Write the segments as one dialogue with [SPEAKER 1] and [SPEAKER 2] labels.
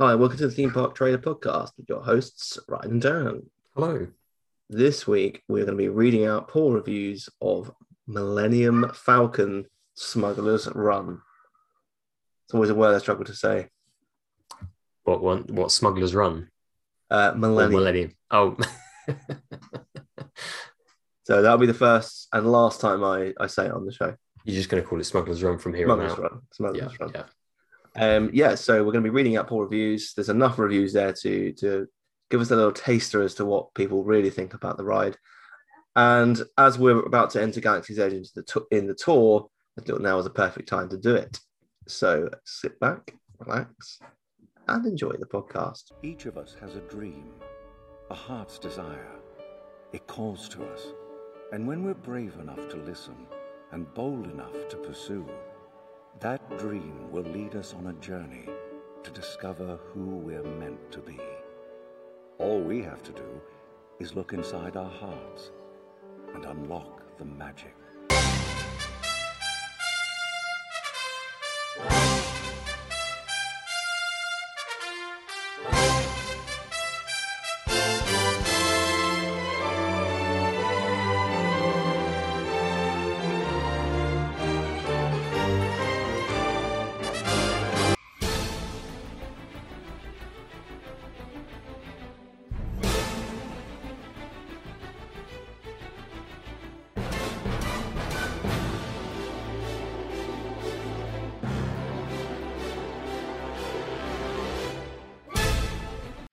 [SPEAKER 1] Hi, welcome to the Theme Park Trailer Podcast with your hosts, Ryan and Darren.
[SPEAKER 2] Hello.
[SPEAKER 1] This week, we're going to be reading out poor reviews of Millennium Falcon Smuggler's Run. It's always a word I struggle to say.
[SPEAKER 2] What one? What smugglers run?
[SPEAKER 1] Uh,
[SPEAKER 2] Or
[SPEAKER 1] Millennium.
[SPEAKER 2] Millennium. Oh,
[SPEAKER 1] So that'll be the first and last time I, I say it on the show.
[SPEAKER 2] you're just going to call it smugglers run from here
[SPEAKER 1] Smuggler's
[SPEAKER 2] on out.
[SPEAKER 1] Run. Smuggler's
[SPEAKER 2] Yeah,
[SPEAKER 1] Run.
[SPEAKER 2] yeah.
[SPEAKER 1] Um, yeah, so we're going to be reading out poor reviews. There's enough reviews there to to give us a little taster as to what people really think about the ride. And as we're about to enter Galaxy's Edge into the tou- in the tour, I thought now is a perfect time to do it. So sit back, relax, and enjoy the podcast.
[SPEAKER 3] Each of us has a dream, a heart's desire. It calls to us. And when we're brave enough to listen and bold enough to pursue, that dream will lead us on a journey to discover who we're meant to be. All we have to do is look inside our hearts and unlock the magic.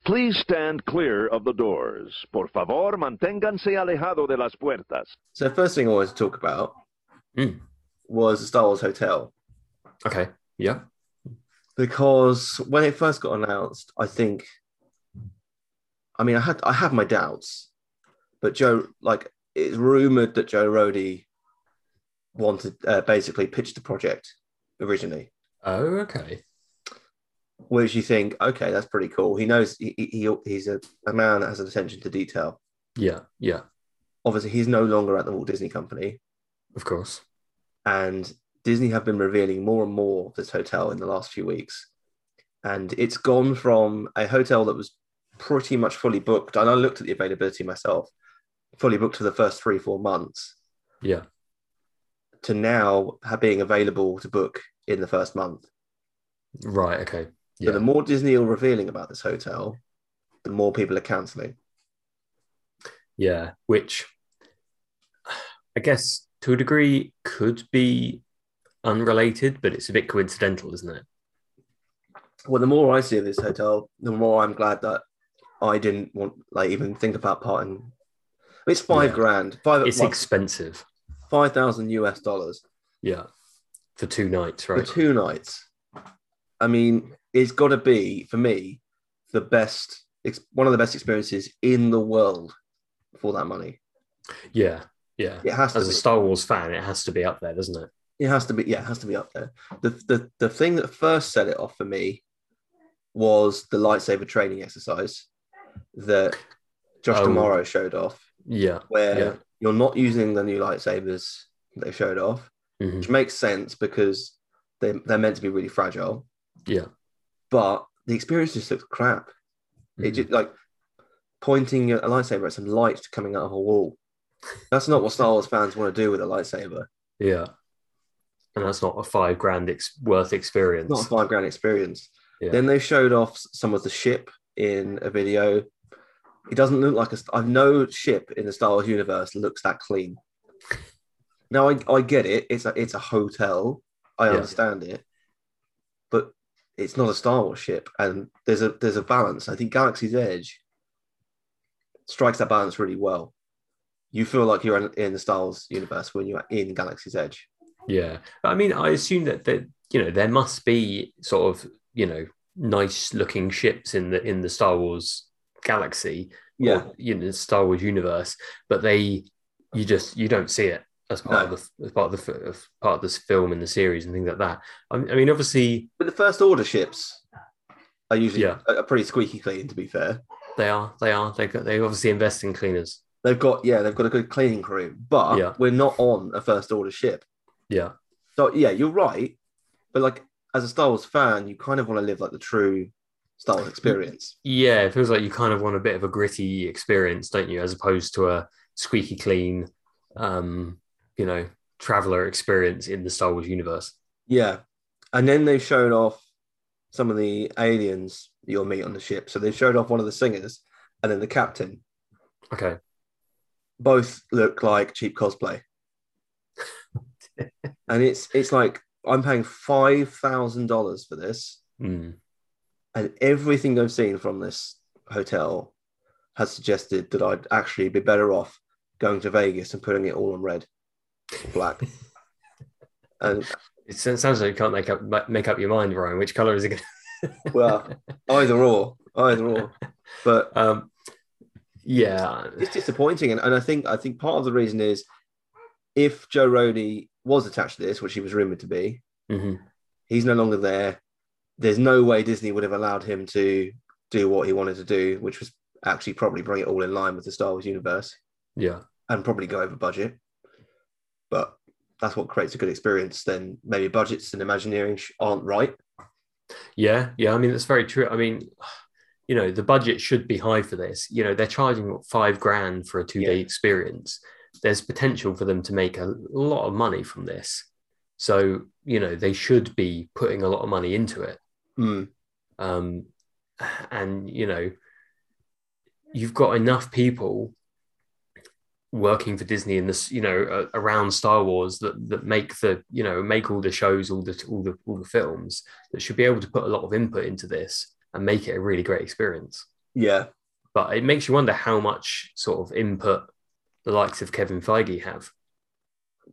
[SPEAKER 4] Please stand clear of the doors. Por favor, manténganse alejado de las puertas.
[SPEAKER 1] So first thing I wanted to talk about
[SPEAKER 2] Hmm.
[SPEAKER 1] was the Star Wars Hotel.
[SPEAKER 2] Okay. Yeah.
[SPEAKER 1] because when it first got announced, I think, I mean, I had I have my doubts, but Joe, like, it's rumored that Joe Rody wanted uh, basically pitched the project originally,
[SPEAKER 2] Oh, okay.
[SPEAKER 1] which you think, okay, that's pretty cool. He knows he, he he- he's a, a man that has an attention to detail.
[SPEAKER 2] Yeah. Yeah.
[SPEAKER 1] Obviously, he's no longer at the Walt Disney Company,
[SPEAKER 2] Of course.
[SPEAKER 1] and Disney have been revealing more and more of this hotel in the last few weeks. And it's gone from a hotel that was pretty much fully booked. And I looked at the availability myself, fully booked for the first three, four months,
[SPEAKER 2] Yeah.
[SPEAKER 1] to now ha- being available to book in the first month.
[SPEAKER 2] Right. Okay.
[SPEAKER 1] So
[SPEAKER 2] Yeah.
[SPEAKER 1] the more Disney are revealing about this hotel, the more people are canceling.
[SPEAKER 2] Yeah, which I guess to a degree could be unrelated, but it's a bit coincidental, isn't it?
[SPEAKER 1] Well, the more I see of this hotel, the more I'm glad that I didn't want, like, even think about parting. It's five
[SPEAKER 2] Yeah.
[SPEAKER 1] grand, five,
[SPEAKER 2] It's
[SPEAKER 1] what,
[SPEAKER 2] expensive.
[SPEAKER 1] 5,000 US dollars.
[SPEAKER 2] Yeah. For two nights,
[SPEAKER 1] for
[SPEAKER 2] right?
[SPEAKER 1] two nights. I mean, it's got to be for me the best, it's one of the best experiences in the world for that money.
[SPEAKER 2] Yeah. Yeah.
[SPEAKER 1] It has to
[SPEAKER 2] As a
[SPEAKER 1] be.
[SPEAKER 2] Star Wars fan, it has to be up there, doesn't it?
[SPEAKER 1] It has to be. Yeah, it has to be up there. The the the thing that first set it off for me was the lightsaber training exercise that Josh
[SPEAKER 2] Oh.
[SPEAKER 1] Tomorrow showed off,
[SPEAKER 2] Yeah.
[SPEAKER 1] where
[SPEAKER 2] Yeah.
[SPEAKER 1] you're not using the new lightsabers they showed off,
[SPEAKER 2] hmm
[SPEAKER 1] which makes sense because they they're meant to be really fragile.
[SPEAKER 2] Yeah.
[SPEAKER 1] but the experience just looks crap. It
[SPEAKER 2] Mm-hmm.
[SPEAKER 1] just like pointing a lightsaber at some light coming out of a wall. That's not what Star Wars fans want to do with a lightsaber.
[SPEAKER 2] Yeah. And that's not a five grand ex- worth experience.
[SPEAKER 1] It's not a five grand experience.
[SPEAKER 2] Yeah.
[SPEAKER 1] Then they showed off s- some of the ship in a video. It doesn't look like a. st- I've no ship in the Star Wars universe looks that clean. Now I, I get it. It's a it's a hotel. I
[SPEAKER 2] Yeah.
[SPEAKER 1] understand it, but it's not a Star Wars ship, and there's a there's a balance. I think Galaxy's Edge strikes that balance really well. You feel like you're in, in the Star Wars universe when you're in Galaxy's Edge.
[SPEAKER 2] Yeah. I mean, I assume that that you know there must be sort of you know nice looking ships in the in the Star Wars galaxy
[SPEAKER 1] Yeah,
[SPEAKER 2] or you know Star Wars universe, but they you just you don't see it as part
[SPEAKER 1] No.
[SPEAKER 2] of the as part of the f- of part of this film and the series and things like that. I mean, I mean obviously
[SPEAKER 1] but the First Order ships are usually
[SPEAKER 2] Yeah.
[SPEAKER 1] are are pretty squeaky clean. To be fair,
[SPEAKER 2] they are they are they they obviously invest in cleaners.
[SPEAKER 1] They've got yeah, they've got a good cleaning crew, but
[SPEAKER 2] Yeah.
[SPEAKER 1] we're not on a first order ship.
[SPEAKER 2] Yeah.
[SPEAKER 1] So yeah, you're right, but like as a Star Wars fan, you kind of want to live like the true Star Wars experience.
[SPEAKER 2] Yeah, it feels like you kind of want a bit of a gritty experience, don't you? As opposed to a squeaky clean, um, you know, traveler experience in the Star Wars universe.
[SPEAKER 1] Yeah. And then they've shown off some of the aliens you'll meet on the ship. So they showed off one of the singers and then the captain.
[SPEAKER 2] Okay.
[SPEAKER 1] Both look like cheap cosplay. and it's it's like I'm paying five thousand dollars for this,
[SPEAKER 2] Mm.
[SPEAKER 1] and everything I've seen from this hotel has suggested that I'd actually be better off going to Vegas and putting it all on red, or black, and
[SPEAKER 2] It sounds sounds like you can't make up ma- make up your mind, Ryan. Which color is it going to?
[SPEAKER 1] Well. either or, either or. But
[SPEAKER 2] um, yeah, uh,
[SPEAKER 1] it's disappointing, and, and I think I think part of the reason is if Joe Rody was attached to this, which he was rumored to be,
[SPEAKER 2] Mhm.
[SPEAKER 1] he's no longer there. There's no way Disney would have allowed him to do what he wanted to do, which was actually probably bring it all in line with the Star Wars universe
[SPEAKER 2] yeah,
[SPEAKER 1] and probably go over budget. But that's what creates a good experience. Then maybe budgets and Imagineering sh- aren't right.
[SPEAKER 2] yeah, yeah. I mean, that's very true. I mean, you know, the budget should be high for this. You know, they're charging what, five grand for a two day
[SPEAKER 1] Yeah.
[SPEAKER 2] experience. There's potential for them to make a lot of money from this. So you know, they should be putting a lot of money into it.
[SPEAKER 1] Hmm.
[SPEAKER 2] um, and you know you've got enough people working for Disney in this you know uh, around Star Wars that that make the you know make all the shows all the all the all the films that should be able to put a lot of input into this and make it a really great experience
[SPEAKER 1] Yeah,
[SPEAKER 2] but it makes you wonder how much sort of input the likes of Kevin Feige have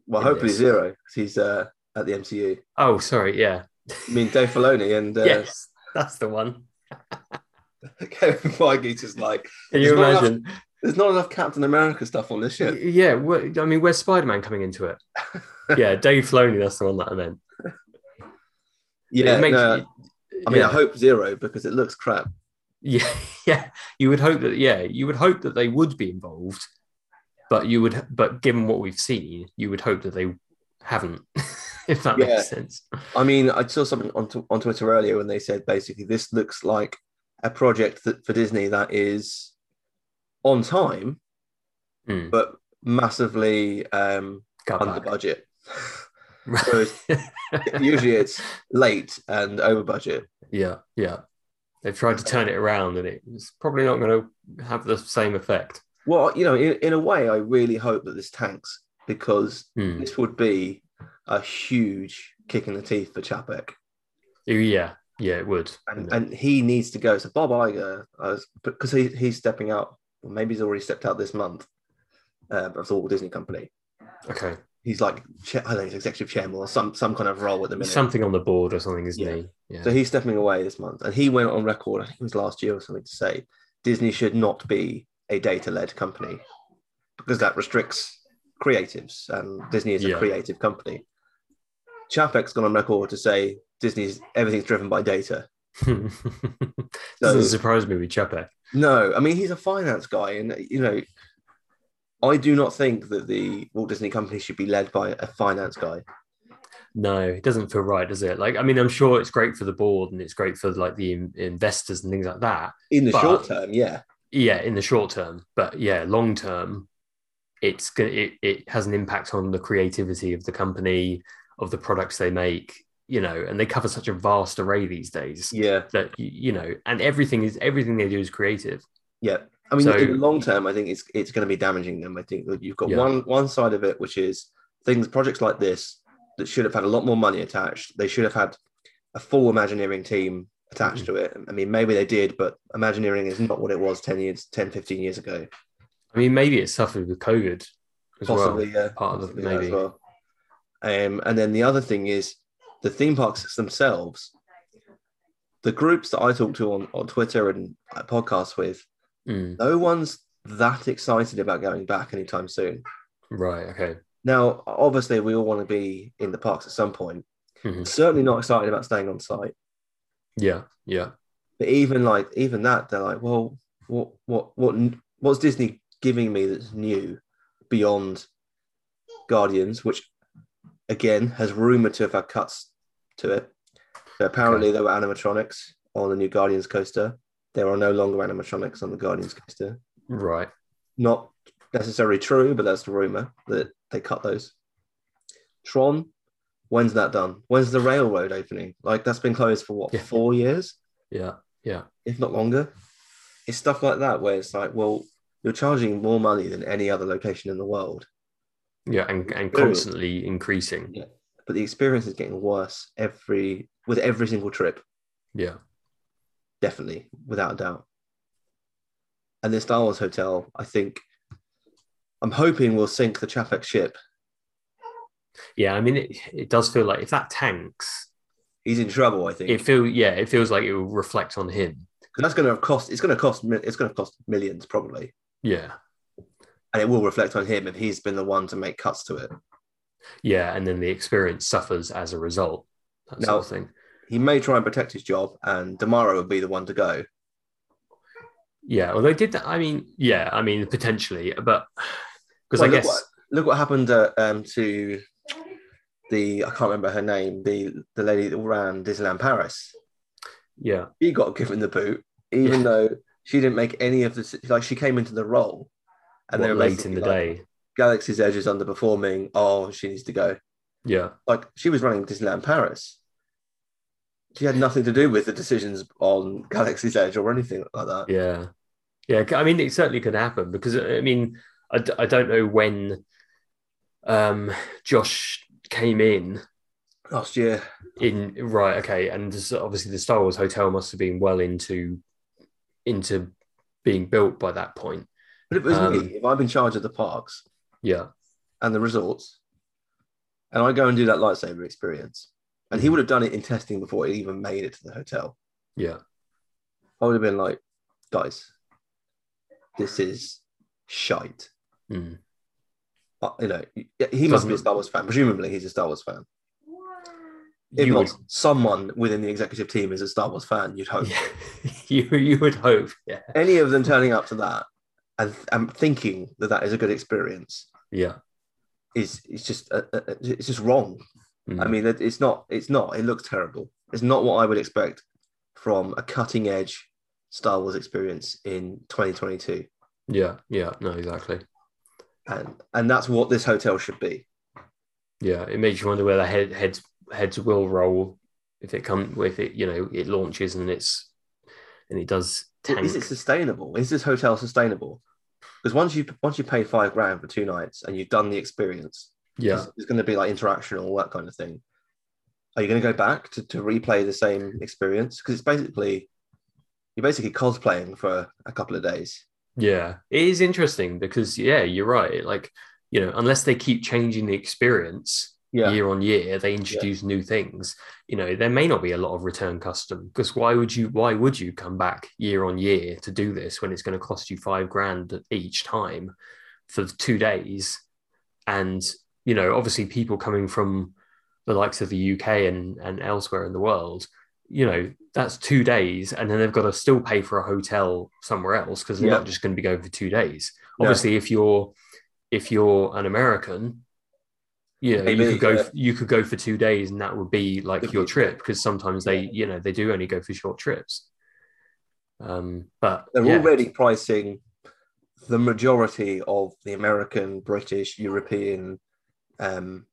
[SPEAKER 1] well,
[SPEAKER 2] It
[SPEAKER 1] hopefully
[SPEAKER 2] is.
[SPEAKER 1] zero 'cause he's uh, at the MCU.
[SPEAKER 2] oh sorry yeah
[SPEAKER 1] I mean, Dave Filoni and uh,
[SPEAKER 2] yes that's the one
[SPEAKER 1] Kevin Feige's just like
[SPEAKER 2] can
[SPEAKER 1] There's
[SPEAKER 2] you
[SPEAKER 1] not enough-
[SPEAKER 2] imagine
[SPEAKER 1] there's not enough Captain America stuff on this
[SPEAKER 2] Yeah,
[SPEAKER 1] ship.
[SPEAKER 2] yeah wh- I mean, where's Spider Man coming into it? yeah, Dave Filoni, that's the one that I meant.
[SPEAKER 1] Yeah,
[SPEAKER 2] It makes-
[SPEAKER 1] no, I mean,
[SPEAKER 2] yeah.
[SPEAKER 1] I hope zero because it looks crap.
[SPEAKER 2] yeah, yeah, you would hope that, yeah, you would hope that they would be involved, but you would, but given what we've seen, you would hope that they haven't, if that
[SPEAKER 1] Yeah.
[SPEAKER 2] makes sense.
[SPEAKER 1] I mean, I saw something on, t- on Twitter earlier when they said basically this looks like a project that, for Disney that is on time,
[SPEAKER 2] Hmm.
[SPEAKER 1] but massively um,
[SPEAKER 2] Cut
[SPEAKER 1] under
[SPEAKER 2] back.
[SPEAKER 1] budget.
[SPEAKER 2] Right.
[SPEAKER 1] Whereas usually it's late and over budget.
[SPEAKER 2] yeah, yeah. They've tried to turn it around and it's probably not going to have the same effect.
[SPEAKER 1] Well, you know, in, in a way, I really hope that this tanks because
[SPEAKER 2] Hmm.
[SPEAKER 1] this would be a huge kick in the teeth for Chapek.
[SPEAKER 2] Yeah, yeah, it would.
[SPEAKER 1] and, and he needs to go. So Bob Iger, because he, he's stepping out, or maybe he's already stepped out this month uh, of the Walt Disney Company.
[SPEAKER 2] okay,
[SPEAKER 1] He's like, cha- I don't know, he's executive chairman or some some kind of role at the minute.
[SPEAKER 2] something on the board or something, isn't
[SPEAKER 1] Yeah.
[SPEAKER 2] he? Yeah.
[SPEAKER 1] So he's stepping away this month, and he went on record. I think it was last year or something to say Disney should not be a data led company because that restricts creatives, and Disney is a
[SPEAKER 2] Yeah.
[SPEAKER 1] creative company. Chapek's gone on record to say Disney's everything's driven by data.
[SPEAKER 2] Doesn't surprise me with Chepe.
[SPEAKER 1] No, I mean he's a finance guy, and you know, I do not think that the Walt Disney Company should be led by a finance guy.
[SPEAKER 2] No, it doesn't feel right, does it? Like, I mean, I'm sure it's great for the board and it's great for like the in- investors and things like that.
[SPEAKER 1] In the
[SPEAKER 2] But-
[SPEAKER 1] short term, yeah,
[SPEAKER 2] Yeah, in the short term, but yeah, long term, it's gonna it, it has an impact on the creativity of the company, of the products they make, you know, and they cover such a vast array these days
[SPEAKER 1] yeah,
[SPEAKER 2] that you, you know, and everything is everything they do is creative.
[SPEAKER 1] yeah. I mean,
[SPEAKER 2] So-
[SPEAKER 1] in the long term, I think it's it's going to be damaging them. I think that you've got
[SPEAKER 2] Yeah.
[SPEAKER 1] one one side of it, which is things projects like this that should have had a lot more money attached. They should have had a full Imagineering team attached
[SPEAKER 2] Mm-hmm.
[SPEAKER 1] to it. I mean, maybe they did, but Imagineering is not what it was 10 years, 10, 15 years ago.
[SPEAKER 2] I mean, maybe it suffered with COVID as
[SPEAKER 1] possibly
[SPEAKER 2] well.
[SPEAKER 1] yeah
[SPEAKER 2] part of the-
[SPEAKER 1] possibly that
[SPEAKER 2] maybe.
[SPEAKER 1] well. um and then the other thing is the theme parks themselves the groups that i talk to on, on twitter and I podcast with
[SPEAKER 2] Mm,
[SPEAKER 1] no one's that excited about going back anytime soon
[SPEAKER 2] right. Okay.
[SPEAKER 1] now obviously we all want to be in the parks at some point
[SPEAKER 2] Mhm.
[SPEAKER 1] certainly not excited about staying on site
[SPEAKER 2] Yeah. Yeah.
[SPEAKER 1] but even like even that they're like well what what what what's disney giving me that's new beyond guardians which again has rumored to have had cuts to it so apparently there were animatronics on the new Guardians coaster. There are no longer animatronics on the Guardians coaster.
[SPEAKER 2] Right.
[SPEAKER 1] Not necessarily true, but that's the rumor that they cut those. Tron, when's that done? When's the railroad opening? Like that's been closed for what
[SPEAKER 2] Yeah.
[SPEAKER 1] four years,
[SPEAKER 2] Yeah. Yeah.
[SPEAKER 1] if not longer. It's stuff like that where it's like, well, you're charging more money than any other location in the world,
[SPEAKER 2] Yeah. And, and
[SPEAKER 1] True.
[SPEAKER 2] constantly increasing.
[SPEAKER 1] but the experience is getting worse every with every single trip.
[SPEAKER 2] Yeah.
[SPEAKER 1] definitely, without a doubt. And the Star Wars hotel, I think, I'm hoping will sink the Chapek ship.
[SPEAKER 2] Yeah. I mean, it, it does feel like if that tanks,
[SPEAKER 1] He's in trouble, I think,
[SPEAKER 2] it feel yeah, it feels like it will reflect on him.
[SPEAKER 1] 'Cause that's going to cost. It's going to cost. mi- It's going to cost millions probably,
[SPEAKER 2] Yeah.
[SPEAKER 1] and it will reflect on him if he's been the one to make cuts to it.
[SPEAKER 2] Yeah. And then the experience suffers as a result. That
[SPEAKER 1] Now-
[SPEAKER 2] sort of thing.
[SPEAKER 1] He may try and protect his job, and Damaro would be the one to go.
[SPEAKER 2] Yeah. Although did that I mean, yeah, I mean potentially, but because
[SPEAKER 1] Well,
[SPEAKER 2] I
[SPEAKER 1] look
[SPEAKER 2] guess
[SPEAKER 1] what, look what happened uh, um, to the I can't remember her name, the the lady that ran Disneyland Paris.
[SPEAKER 2] yeah.
[SPEAKER 1] he got given the boot, even
[SPEAKER 2] Yeah.
[SPEAKER 1] though she didn't make any of the like she came into the role, and
[SPEAKER 2] what,
[SPEAKER 1] they were
[SPEAKER 2] late in the
[SPEAKER 1] basically like,
[SPEAKER 2] day.
[SPEAKER 1] Galaxy's Edge is underperforming. Oh, she needs to go.
[SPEAKER 2] Yeah.
[SPEAKER 1] Like she was running Disneyland Paris. She had nothing to do with the decisions on Galaxy's Edge or anything like that.
[SPEAKER 2] Yeah. Yeah. I mean, it certainly could happen because, uh, I mean, I, d- I don't know when um, Josh came in.
[SPEAKER 1] Last year,
[SPEAKER 2] In right, okay, and this, obviously the Star Wars hotel must have been well into into being built by that point.
[SPEAKER 1] but if it was
[SPEAKER 2] Um,
[SPEAKER 1] me, if I'm in charge of the parks
[SPEAKER 2] Yeah,
[SPEAKER 1] and the resorts, and I go and do that lightsaber experience, and he would have done it in testing before it even made it to the hotel.
[SPEAKER 2] yeah,
[SPEAKER 1] I would have been like, guys, this is shite.
[SPEAKER 2] Mm.
[SPEAKER 1] Uh, you know, he must be a
[SPEAKER 2] Doesn't-
[SPEAKER 1] Star Wars fan. Presumably, he's a Star Wars fan. If
[SPEAKER 2] you
[SPEAKER 1] not,
[SPEAKER 2] would,
[SPEAKER 1] someone within the executive team is a Star Wars fan. You'd hope
[SPEAKER 2] yeah, you you would hope, yeah,
[SPEAKER 1] any of them turning up to that and, and thinking that that is a good experience
[SPEAKER 2] yeah.
[SPEAKER 1] is it's just uh, uh, it's just wrong.
[SPEAKER 2] Mm.
[SPEAKER 1] I mean, it- it's not. It's not. It looks terrible. It's not what I would expect from a cutting edge Star Wars experience in 2022.
[SPEAKER 2] yeah, yeah, no, exactly.
[SPEAKER 1] and and that's what this hotel should be.
[SPEAKER 2] Yeah, it makes you wonder where the head, heads heads will roll if it come if it you know it launches and it's and it does tank.
[SPEAKER 1] Is it sustainable? Is this hotel sustainable? Because once you once you pay five grand for two nights and you've done the experience,
[SPEAKER 2] yeah,
[SPEAKER 1] it's, going to be like interaction and all that kind of thing. Are you going to go back to, to replay the same experience? Because it's basically you're basically cosplaying for a couple of days.
[SPEAKER 2] yeah, it is interesting because yeah, you're right. Like you know, unless they keep changing the experience year on year, they introduce new things. You know, there may not be a lot of return custom because why would you why would you come back year on year to do this when it's going to cost you five grand each time for two days? And you know, obviously, people coming from the likes of the UK and and elsewhere in the world, you know, that's two days, and then they've got to still pay for a hotel somewhere else because they're
[SPEAKER 1] Yeah.
[SPEAKER 2] not just going to be going for two days.
[SPEAKER 1] No.
[SPEAKER 2] Obviously, if you're if you're an American, you know,
[SPEAKER 1] Maybe,
[SPEAKER 2] you could go
[SPEAKER 1] yeah.
[SPEAKER 2] you could go for two days and that would be like
[SPEAKER 1] Could
[SPEAKER 2] your
[SPEAKER 1] be.
[SPEAKER 2] trip because sometimes they you know they do only go for short trips. Um, but
[SPEAKER 1] they're
[SPEAKER 2] yeah,
[SPEAKER 1] already pricing the majority of the American, British, European um,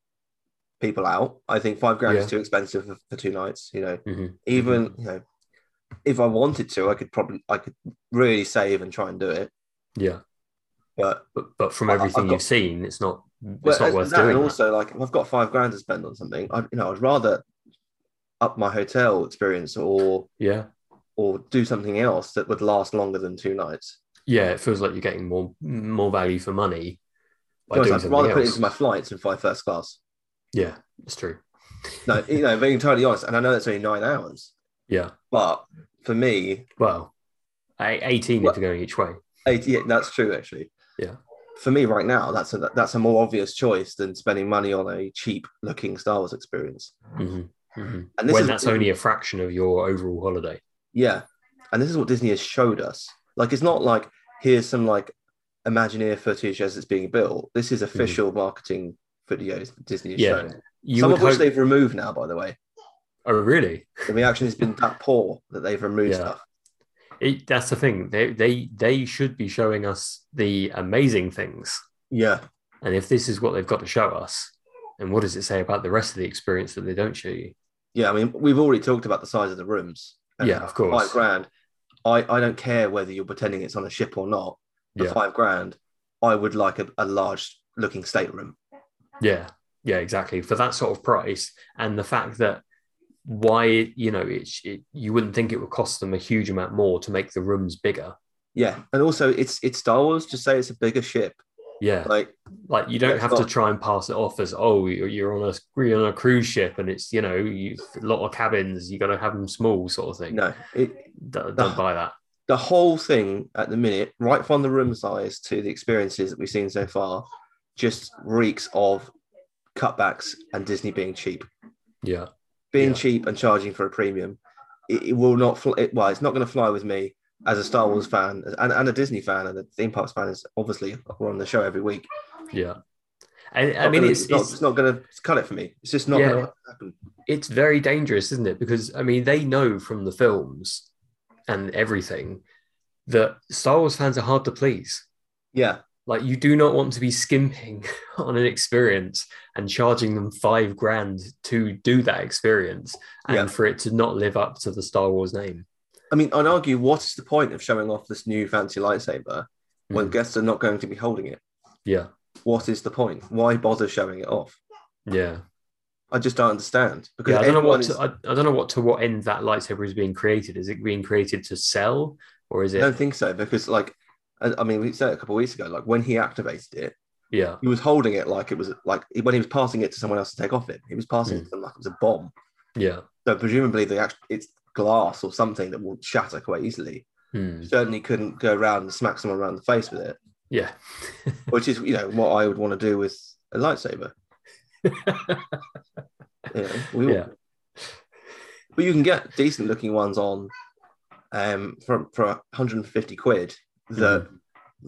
[SPEAKER 1] people out. I think five grand is
[SPEAKER 2] Yeah.
[SPEAKER 1] too expensive for, for two nights. You know,
[SPEAKER 2] Mhm.
[SPEAKER 1] even you know, if I wanted to, I could probably, I could really save and try and do it.
[SPEAKER 2] yeah,
[SPEAKER 1] But
[SPEAKER 2] but but from
[SPEAKER 1] I- I've
[SPEAKER 2] everything
[SPEAKER 1] got-
[SPEAKER 2] you've seen, it's not it's
[SPEAKER 1] well,
[SPEAKER 2] not
[SPEAKER 1] as-
[SPEAKER 2] worth
[SPEAKER 1] that,
[SPEAKER 2] doing.
[SPEAKER 1] and
[SPEAKER 2] that.
[SPEAKER 1] also, like, if I've got five grand to spend on something, I, you know, I'd rather up my hotel experience or
[SPEAKER 2] Yeah,
[SPEAKER 1] or do something else that would last longer than two nights.
[SPEAKER 2] yeah, it feels like you're getting more more value for money by
[SPEAKER 1] To be honest, I'd
[SPEAKER 2] doing something
[SPEAKER 1] rather put it
[SPEAKER 2] else.
[SPEAKER 1] into my flights and fly first class.
[SPEAKER 2] yeah, it's true.
[SPEAKER 1] No, you know, being entirely honest, and I know that's only nine hours,
[SPEAKER 2] Yeah,
[SPEAKER 1] but for me,
[SPEAKER 2] well, I- eighteen
[SPEAKER 1] Well-
[SPEAKER 2] if you're going each way.
[SPEAKER 1] 88, that's true actually.
[SPEAKER 2] Yeah.
[SPEAKER 1] For me right now, that's a that's a more obvious choice than spending money on a cheap looking Star Wars experience.
[SPEAKER 2] hmm hmm
[SPEAKER 1] And this
[SPEAKER 2] When
[SPEAKER 1] is
[SPEAKER 2] that's only a fraction of your overall holiday.
[SPEAKER 1] yeah. And this is what Disney has showed us. Like it's not like here's some like Imagineer footage as it's being built. This is official marketing videos that Disney has
[SPEAKER 2] Mhm. Yeah.
[SPEAKER 1] shown.
[SPEAKER 2] You
[SPEAKER 1] some
[SPEAKER 2] would
[SPEAKER 1] of which
[SPEAKER 2] hope-
[SPEAKER 1] they've removed now, by the way.
[SPEAKER 2] Oh, really?
[SPEAKER 1] The reaction has been that poor that they've removed
[SPEAKER 2] Yeah.
[SPEAKER 1] stuff.
[SPEAKER 2] It, that's the thing. They they they should be showing us the amazing things.
[SPEAKER 1] Yeah,
[SPEAKER 2] And if this is what they've got to show us, and what does it say about the rest of the experience that they don't show you?
[SPEAKER 1] yeah. I mean, we've already talked about the size of the rooms.
[SPEAKER 2] Yeah, of course.
[SPEAKER 1] Uh, Five grand. I I don't care whether you're pretending it's on a ship or not. For
[SPEAKER 2] Yeah.
[SPEAKER 1] five grand, I would like a, a large looking stateroom.
[SPEAKER 2] Yeah, yeah, exactly. For that sort of price, and the fact that why you know it's it, you wouldn't think it would cost them a huge amount more to make the rooms bigger.
[SPEAKER 1] Yeah, and also it's it's Star Wars. Just say it's a bigger ship.
[SPEAKER 2] Yeah,
[SPEAKER 1] Like
[SPEAKER 2] like you don't
[SPEAKER 1] it's
[SPEAKER 2] have to
[SPEAKER 1] not-
[SPEAKER 2] try and pass it off as oh you're you're on a you're on a cruise ship and it's you know you a lot of cabins you got to have them small sort of thing.
[SPEAKER 1] no, it,
[SPEAKER 2] don't, don't buy that.
[SPEAKER 1] the whole thing at the minute, right from the room size to the experiences that we've seen so far, just reeks of cutbacks and Disney being cheap.
[SPEAKER 2] Yeah,
[SPEAKER 1] Being
[SPEAKER 2] Yeah.
[SPEAKER 1] cheap and charging for a premium, it, it will not fly. It, well, it's not going to fly with me as a Star Wars fan and, and a Disney fan and a theme parks fan. Is obviously we're on the show every week.
[SPEAKER 2] yeah. And I mean,
[SPEAKER 1] gonna-
[SPEAKER 2] it's
[SPEAKER 1] not,
[SPEAKER 2] it's,
[SPEAKER 1] it's not going to cut it for me. It's just not
[SPEAKER 2] Yeah.
[SPEAKER 1] going to happen.
[SPEAKER 2] it's very dangerous, isn't it? Because I mean, they know from the films and everything that Star Wars fans are hard to please.
[SPEAKER 1] Yeah,
[SPEAKER 2] Like, you do not want to be skimping on an experience and charging them five grand to do that experience and
[SPEAKER 1] Yeah.
[SPEAKER 2] for it to not live up to the Star Wars name.
[SPEAKER 1] I mean, I'd argue what is the point of showing off this new fancy lightsaber when
[SPEAKER 2] Mm.
[SPEAKER 1] guests are not going to be holding it?
[SPEAKER 2] Yeah,
[SPEAKER 1] What is the point? Why bother showing it off?
[SPEAKER 2] yeah,
[SPEAKER 1] I just don't understand because
[SPEAKER 2] yeah. I don't know
[SPEAKER 1] everyone
[SPEAKER 2] what to,
[SPEAKER 1] is-
[SPEAKER 2] I, I don't know what to what end that lightsaber is being created. Is it being created to sell, or is
[SPEAKER 1] I
[SPEAKER 2] it?
[SPEAKER 1] don't think so because like I I mean we said it a couple of weeks ago like when he activated it
[SPEAKER 2] yeah,
[SPEAKER 1] he was holding it like it was like when he was passing it to someone else to take off it he was passing it to them like it was a bomb
[SPEAKER 2] yeah.
[SPEAKER 1] so presumably the act- it's glass or something that will shatter quite easily
[SPEAKER 2] Hmm.
[SPEAKER 1] certainly couldn't go around and smack someone around the face with it
[SPEAKER 2] Yeah.
[SPEAKER 1] which is you know what I would want to do with a lightsaber you know, we all-
[SPEAKER 2] Yeah.
[SPEAKER 1] but you can get decent looking ones on um for for 150 quid that
[SPEAKER 2] Mm-hmm.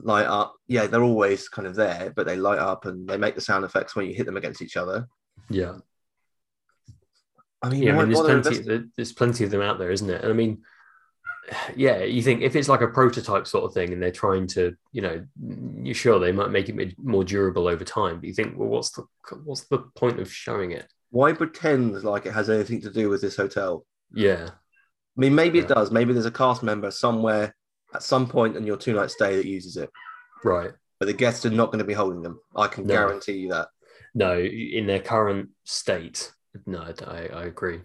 [SPEAKER 1] light up yeah they're always kind of there but they light up and they make the sound effects when you hit them against each other
[SPEAKER 2] yeah.
[SPEAKER 1] i mean,
[SPEAKER 2] Yeah, I
[SPEAKER 1] why
[SPEAKER 2] mean, there's
[SPEAKER 1] bother
[SPEAKER 2] plenty.
[SPEAKER 1] investing?
[SPEAKER 2] there- There's plenty of them out there, isn't it? And I mean, yeah, you think if it's like a prototype sort of thing, and they're trying to, you know, you sure they might make it mid- more durable over time, but you think, well, what's the what's the point of showing it?
[SPEAKER 1] why pretend like it has anything to do with this hotel
[SPEAKER 2] Yeah,
[SPEAKER 1] i mean maybe it
[SPEAKER 2] Yeah.
[SPEAKER 1] does maybe there's a cast member somewhere at some point in your two night stay that uses it
[SPEAKER 2] right.
[SPEAKER 1] but the guests are not going to be holding them i can
[SPEAKER 2] No.
[SPEAKER 1] guarantee you that
[SPEAKER 2] No, in their current state, no, I, I agree.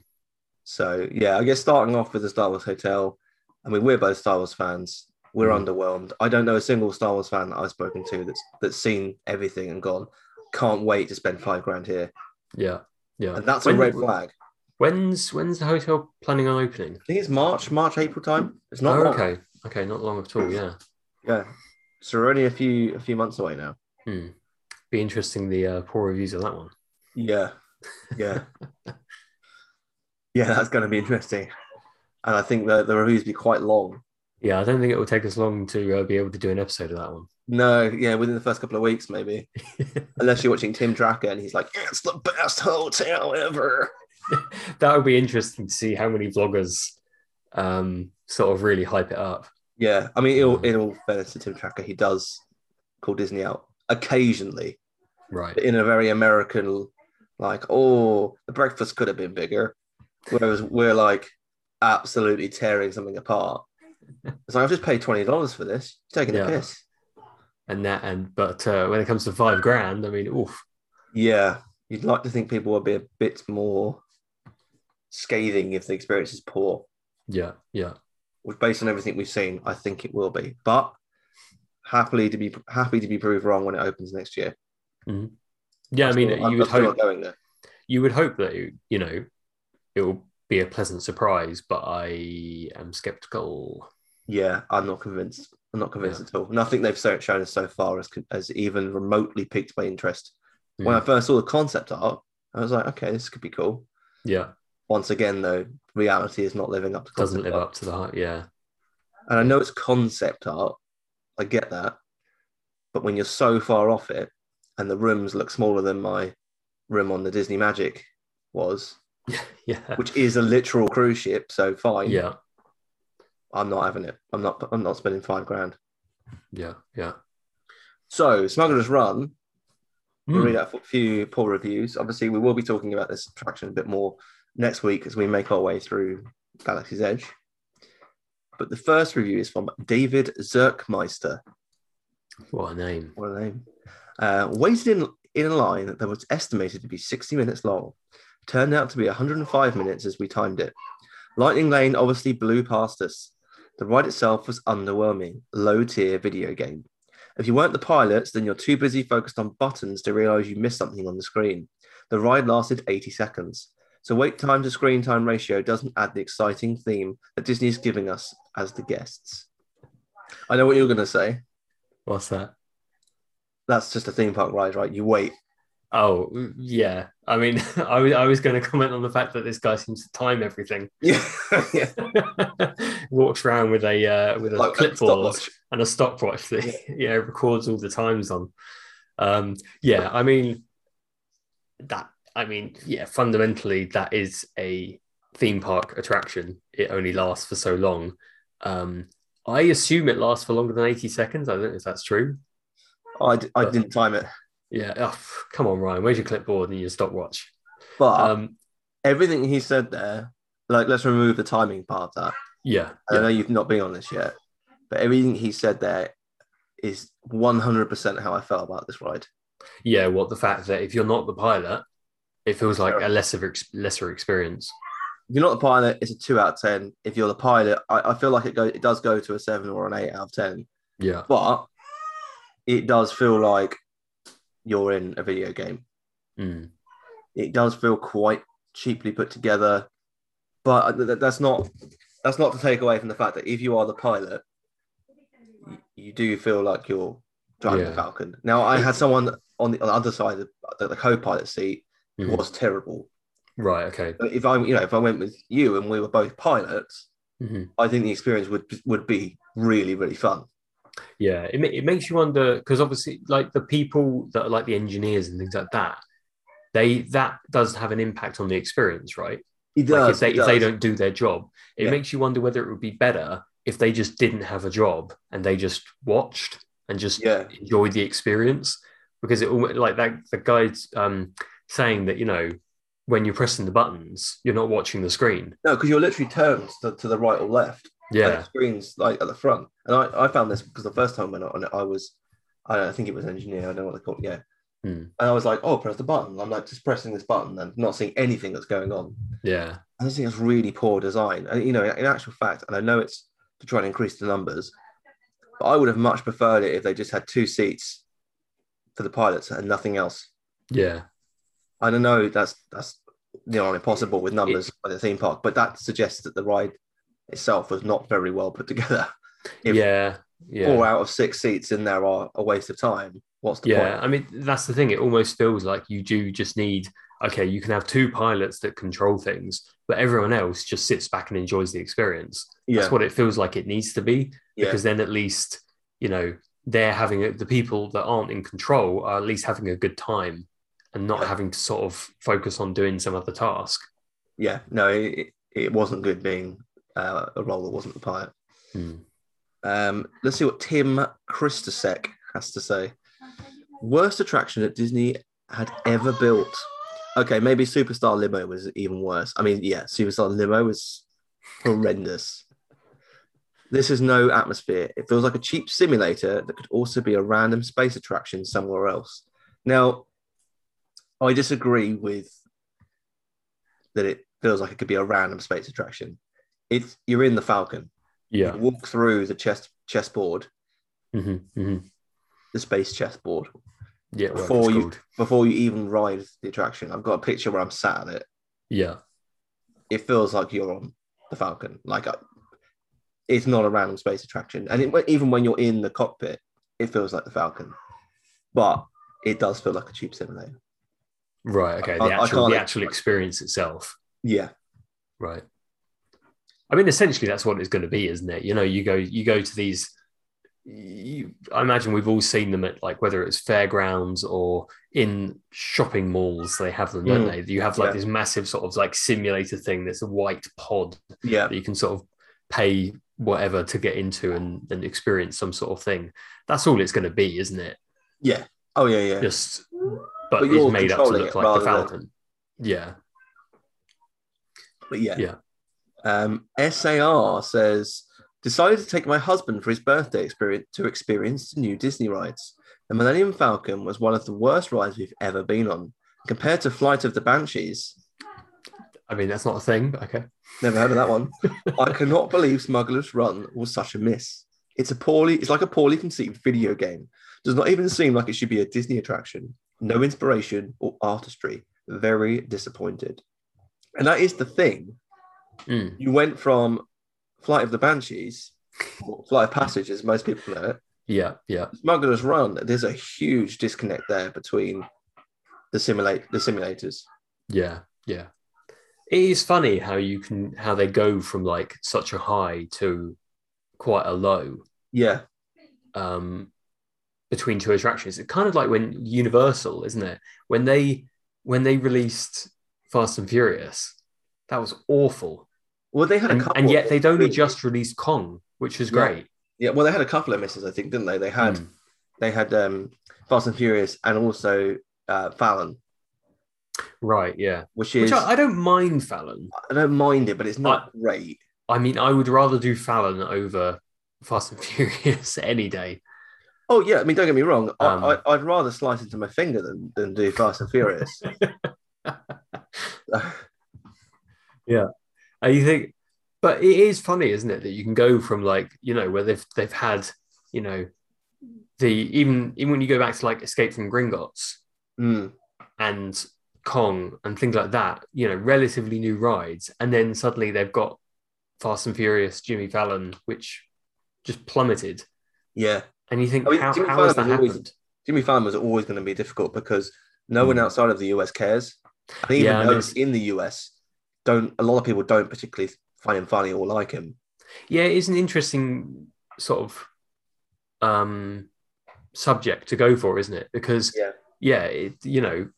[SPEAKER 1] So yeah, I guess starting off with the Star Wars Hotel. I mean, we're both Star Wars fans. We're
[SPEAKER 2] Mm.
[SPEAKER 1] underwhelmed. I don't know a single Star Wars fan that I've spoken to that's that's seen everything and gone, can't wait to spend five grand here.
[SPEAKER 2] Yeah, yeah.
[SPEAKER 1] And that's a
[SPEAKER 2] When-
[SPEAKER 1] red flag.
[SPEAKER 2] When's when's the hotel planning on opening?
[SPEAKER 1] I think it's March, March, April time. It's not
[SPEAKER 2] oh,
[SPEAKER 1] long.
[SPEAKER 2] okay, okay, not long at all. Yeah.
[SPEAKER 1] Yeah. So we're only a few a few months away now.
[SPEAKER 2] be interesting the uh, poor reviews of that one.
[SPEAKER 1] Yeah. Yeah. yeah, that's gonna be interesting. And I think the, the reviews be quite long.
[SPEAKER 2] Yeah, I don't think it will take us long to uh, be able to do an episode of that one.
[SPEAKER 1] No, yeah, within the first couple of weeks, maybe. Unless you're watching Tim Dracker and he's like, it's the best hotel ever.
[SPEAKER 2] that would be interesting to see how many vloggers um, sort of really hype it up.
[SPEAKER 1] Yeah, I mean, in all, in all fairness to Tim Dracker, he does call Disney out occasionally
[SPEAKER 2] Right.
[SPEAKER 1] but in a very American, like, oh, the breakfast could have been bigger. Whereas we're like absolutely tearing something apart. It's like, I've just paid $20 for this. You're taking
[SPEAKER 2] Yeah.
[SPEAKER 1] a piss.
[SPEAKER 2] And that, and but uh, when it comes to five grand, I mean, oof.
[SPEAKER 1] Yeah, you'd like to think people would be a bit more scathing if the experience is poor.
[SPEAKER 2] Yeah, yeah,
[SPEAKER 1] which based on everything we've seen, I think it will be. But happily to be happy to be proved wrong when it opens next year.
[SPEAKER 2] yeah. I mean,
[SPEAKER 1] I'm-
[SPEAKER 2] you would
[SPEAKER 1] I'm still
[SPEAKER 2] hope
[SPEAKER 1] not going there.
[SPEAKER 2] you would hope that it, you know it will be a pleasant surprise, but I am skeptical.
[SPEAKER 1] Yeah, I'm not convinced. I'm not convinced at all. Nothing they've so- shown us so far has, has even remotely piqued my interest.
[SPEAKER 2] Hmm.
[SPEAKER 1] When I first saw the concept art, I was like, okay, this could be cool.
[SPEAKER 2] Yeah,
[SPEAKER 1] Once again, though, reality is not living up to
[SPEAKER 2] doesn't
[SPEAKER 1] concept
[SPEAKER 2] live
[SPEAKER 1] art.
[SPEAKER 2] up to the hype. Yeah,
[SPEAKER 1] And I know it's concept art. I get that. But when you're so far off it and the rooms look smaller than my room on the Disney Magic was,
[SPEAKER 2] yeah,
[SPEAKER 1] which is a literal cruise ship. So fine.
[SPEAKER 2] yeah,
[SPEAKER 1] I'm not having it. I'm not. I'm not spending five grand.
[SPEAKER 2] yeah, yeah.
[SPEAKER 1] So Smuggler's Run. We'll
[SPEAKER 2] Mm.
[SPEAKER 1] read out a few poor reviews. Obviously, we will be talking about this attraction a bit more next week as we make our way through Galaxy's Edge. But the first review is from David Zirkmeister.
[SPEAKER 2] What a name.
[SPEAKER 1] What a name. Uh, waited in, in a line that was estimated to be 60 minutes long. Turned out to be 105 minutes as we timed it. Lightning Lane obviously blew past us. The ride itself was underwhelming, low tier video game. If you weren't the pilots, then you're too busy focused on buttons to realize you missed something on the screen. The ride lasted 80 seconds. So, wait time to screen time ratio doesn't add the exciting theme that Disney is giving us as the guests. I know what you're going to say
[SPEAKER 2] What's that?
[SPEAKER 1] that's just a theme park ride, right? You wait.
[SPEAKER 2] Oh, yeah. I mean, I was I was going to comment on the fact that this guy seems to time everything.
[SPEAKER 1] Yeah. yeah.
[SPEAKER 2] Walks around with a uh, with a
[SPEAKER 1] Like a
[SPEAKER 2] clipboard
[SPEAKER 1] stopwatch.
[SPEAKER 2] and a stopwatch that yeah records all the times on. Um, yeah, I mean that. I mean, yeah, fundamentally that is a theme park attraction. It only lasts for so long. Um, I assume it lasts for longer than eighty seconds. I don't know if that's true.
[SPEAKER 1] I, d- I didn't time it.
[SPEAKER 2] Yeah, oh, come on, Ryan. Where's your clipboard and your stopwatch?
[SPEAKER 1] But
[SPEAKER 2] Um,
[SPEAKER 1] everything he said there, like, let's remove the timing part of that.
[SPEAKER 2] yeah,
[SPEAKER 1] I know you've not been on this yet, but everything he said there is 100% how I felt about this ride.
[SPEAKER 2] yeah. What the fact that if you're not the pilot, it feels like
[SPEAKER 1] Yeah.
[SPEAKER 2] a lesser ex- lesser experience.
[SPEAKER 1] If you're not the pilot, it's a two out of 10. If you're the pilot, I, I feel like it, go, it does go to a seven or an eight out of 10,
[SPEAKER 2] Yeah,
[SPEAKER 1] but it does feel like you're in a video game. Hmm.
[SPEAKER 2] Mm.
[SPEAKER 1] it does feel quite cheaply put together but uh, th- th- that's not that's not to take away from the fact that if you are the pilot y- you do feel like you're driving
[SPEAKER 2] Yeah.
[SPEAKER 1] the falcon now i had someone on the, on the other side of the, the co-pilot seat who
[SPEAKER 2] Mhm.
[SPEAKER 1] was terrible
[SPEAKER 2] right. Okay.
[SPEAKER 1] But if i you know if i went with you and we were both pilots
[SPEAKER 2] Mhm.
[SPEAKER 1] i think the experience would would be really really fun
[SPEAKER 2] Yeah, it ma- it makes you wonder because obviously, like the people that are like the engineers and things like that, they that does have an impact on the experience, right?
[SPEAKER 1] it
[SPEAKER 2] like if they
[SPEAKER 1] it
[SPEAKER 2] if they
[SPEAKER 1] does.
[SPEAKER 2] don't do their job, it
[SPEAKER 1] Yeah.
[SPEAKER 2] makes you wonder whether it would be better if they just didn't have a job and they just watched and just
[SPEAKER 1] yeah
[SPEAKER 2] enjoyed the experience because it almost like that the guide's um saying that you know when you're pressing the buttons you're not watching the screen
[SPEAKER 1] no because you're literally turned to, to the right or left like,
[SPEAKER 2] yeah
[SPEAKER 1] screens like at the front. And I, I found this because the first time I went on it, I was, I, don't- I think it was engineer. I don't know what they call it. Yeah.
[SPEAKER 2] Hmm.
[SPEAKER 1] And I was like, oh, press the button. I'm like just pressing this button and not seeing anything that's going on.
[SPEAKER 2] yeah
[SPEAKER 1] I just think it's really poor design. And you know, in actual fact, and I know it's to try and increase the numbers, but I would have much preferred it if they just had two seats for the pilots and nothing else.
[SPEAKER 2] yeah
[SPEAKER 1] I don't know. That's that's you know impossible with numbers at the theme park, but that suggests that the ride itself was not very well put together. If-
[SPEAKER 2] yeah yeah
[SPEAKER 1] four out of six seats in there are a waste of time. What's the
[SPEAKER 2] yeah
[SPEAKER 1] point?
[SPEAKER 2] i mean that's the thing it almost feels like you do just need okay you can have two pilots that control things but everyone else just sits back and enjoys the experience
[SPEAKER 1] Yeah,
[SPEAKER 2] that's what it feels like it needs to be
[SPEAKER 1] yeah,
[SPEAKER 2] because then at least you know they're having a, the people that aren't in control are at least having a good time and not
[SPEAKER 1] Yeah.
[SPEAKER 2] having to sort of focus on doing some other task
[SPEAKER 1] yeah. No, it, it wasn't good being uh, a role that wasn't the pilot.
[SPEAKER 2] Hmm.
[SPEAKER 1] Um, let's see what Tim Christasek has to say. Worst attraction that Disney had ever built. Okay, maybe Superstar Limo was even worse. I mean, yeah, Superstar Limo was horrendous. This is no atmosphere. It feels like a cheap simulator that could also be a random space attraction somewhere else. Now, I disagree with that it feels like it could be a random space attraction. It's you're in the Falcon.
[SPEAKER 2] yeah
[SPEAKER 1] You walk through the chess chessboard,
[SPEAKER 2] hmm hmm
[SPEAKER 1] the space chessboard,
[SPEAKER 2] yeah well,
[SPEAKER 1] Before
[SPEAKER 2] it's
[SPEAKER 1] you-
[SPEAKER 2] called.
[SPEAKER 1] before you even ride the attraction. I've got a picture where I'm sat at it.
[SPEAKER 2] yeah
[SPEAKER 1] It feels like you're on the Falcon. Like I, it's not a random space attraction, and it, even when you're in the cockpit, it feels like the Falcon, but it does feel like a cheap simulator.
[SPEAKER 2] right okay
[SPEAKER 1] I-
[SPEAKER 2] the
[SPEAKER 1] I
[SPEAKER 2] actual, the
[SPEAKER 1] can't-
[SPEAKER 2] actual experience itself
[SPEAKER 1] Yeah,
[SPEAKER 2] right i mean essentially that's what it's going to be isn't it you know you go you go to these you, I imagine we've all seen them at like whether it's fairgrounds or in shopping malls. They have them, don't they? You have
[SPEAKER 1] Mm.
[SPEAKER 2] like
[SPEAKER 1] Yeah.
[SPEAKER 2] this massive sort of like simulator thing that's a white pod
[SPEAKER 1] Yeah.
[SPEAKER 2] that you can sort of pay whatever to get into and, and experience some sort of thing. That's all it's going to be, isn't it?
[SPEAKER 1] Yeah. Oh yeah, yeah.
[SPEAKER 2] Just, but,
[SPEAKER 1] But you're
[SPEAKER 2] it's made up to
[SPEAKER 1] controlling
[SPEAKER 2] look
[SPEAKER 1] it
[SPEAKER 2] like the
[SPEAKER 1] rather than-
[SPEAKER 2] Falcon. Yeah.
[SPEAKER 1] But yeah.
[SPEAKER 2] Yeah.
[SPEAKER 1] Um, SAR says decided to take my husband for his birthday experience to experience the new Disney rides. The Millennium Falcon was one of the worst rides we've ever been on. Compared to Flight of the Banshees,
[SPEAKER 2] I mean, that's not a thing, but okay.
[SPEAKER 1] never heard of that one. I cannot believe Smuggler's Run was such a miss. It's a poorly, it's like a poorly conceived video game. Does not even seem like it should be a Disney attraction. No inspiration or artistry. Very disappointed. And that is the thing
[SPEAKER 2] Mm.
[SPEAKER 1] you went from Flight of the Banshees, or Flight of Passage, as most people know it,
[SPEAKER 2] Yeah. Yeah.
[SPEAKER 1] Smuggler's Run. There's a huge disconnect there between the simulate the simulators.
[SPEAKER 2] Yeah, yeah. It is funny how you can how they go from like such a high to quite a low
[SPEAKER 1] Yeah,
[SPEAKER 2] um between two attractions. It's kind of like when Universal, isn't it? When they when they released Fast and Furious, that was awful.
[SPEAKER 1] well, they had a
[SPEAKER 2] And,
[SPEAKER 1] couple,
[SPEAKER 2] and yet they'd only
[SPEAKER 1] really.
[SPEAKER 2] just released Kong, which was
[SPEAKER 1] Yeah.
[SPEAKER 2] great.
[SPEAKER 1] yeah. Well, they had a couple of misses, I think, didn't they? They had
[SPEAKER 2] Mm.
[SPEAKER 1] they had um, Fast and Furious and also uh, Fallon,
[SPEAKER 2] Right, yeah.
[SPEAKER 1] which
[SPEAKER 2] Which
[SPEAKER 1] is I,
[SPEAKER 2] I, I don't mind Fallon.
[SPEAKER 1] don't mind it, but it's not great.
[SPEAKER 2] I mean, I would rather do Fallon over Fast and Furious any day.
[SPEAKER 1] Oh yeah, I mean, don't get me wrong.
[SPEAKER 2] Um,
[SPEAKER 1] I, I, I'd rather slice into my finger than, than do Fast and Furious.
[SPEAKER 2] And you think, but it is funny, isn't it, that you can go from like you know where they've they've had you know the even even when you go back to like Escape from Gringotts
[SPEAKER 1] Mm,
[SPEAKER 2] and Kong and things like that, you know, relatively new rides, and then suddenly they've got Fast and Furious, Jimmy Fallon, which just plummeted,
[SPEAKER 1] yeah.
[SPEAKER 2] and you think
[SPEAKER 1] I mean,
[SPEAKER 2] how,
[SPEAKER 1] Jimmy
[SPEAKER 2] how has that
[SPEAKER 1] Fallon was always-
[SPEAKER 2] happened?
[SPEAKER 1] Jimmy Fallon was always going to be difficult because no one
[SPEAKER 2] Mm.
[SPEAKER 1] outside of the US cares. And even
[SPEAKER 2] Yeah, and
[SPEAKER 1] those
[SPEAKER 2] it's-
[SPEAKER 1] in the US don't, a lot of people don't particularly find him funny or like him.
[SPEAKER 2] yeah it is an interesting sort of um subject to go for isn't it because
[SPEAKER 1] Yeah.
[SPEAKER 2] yeah it, you know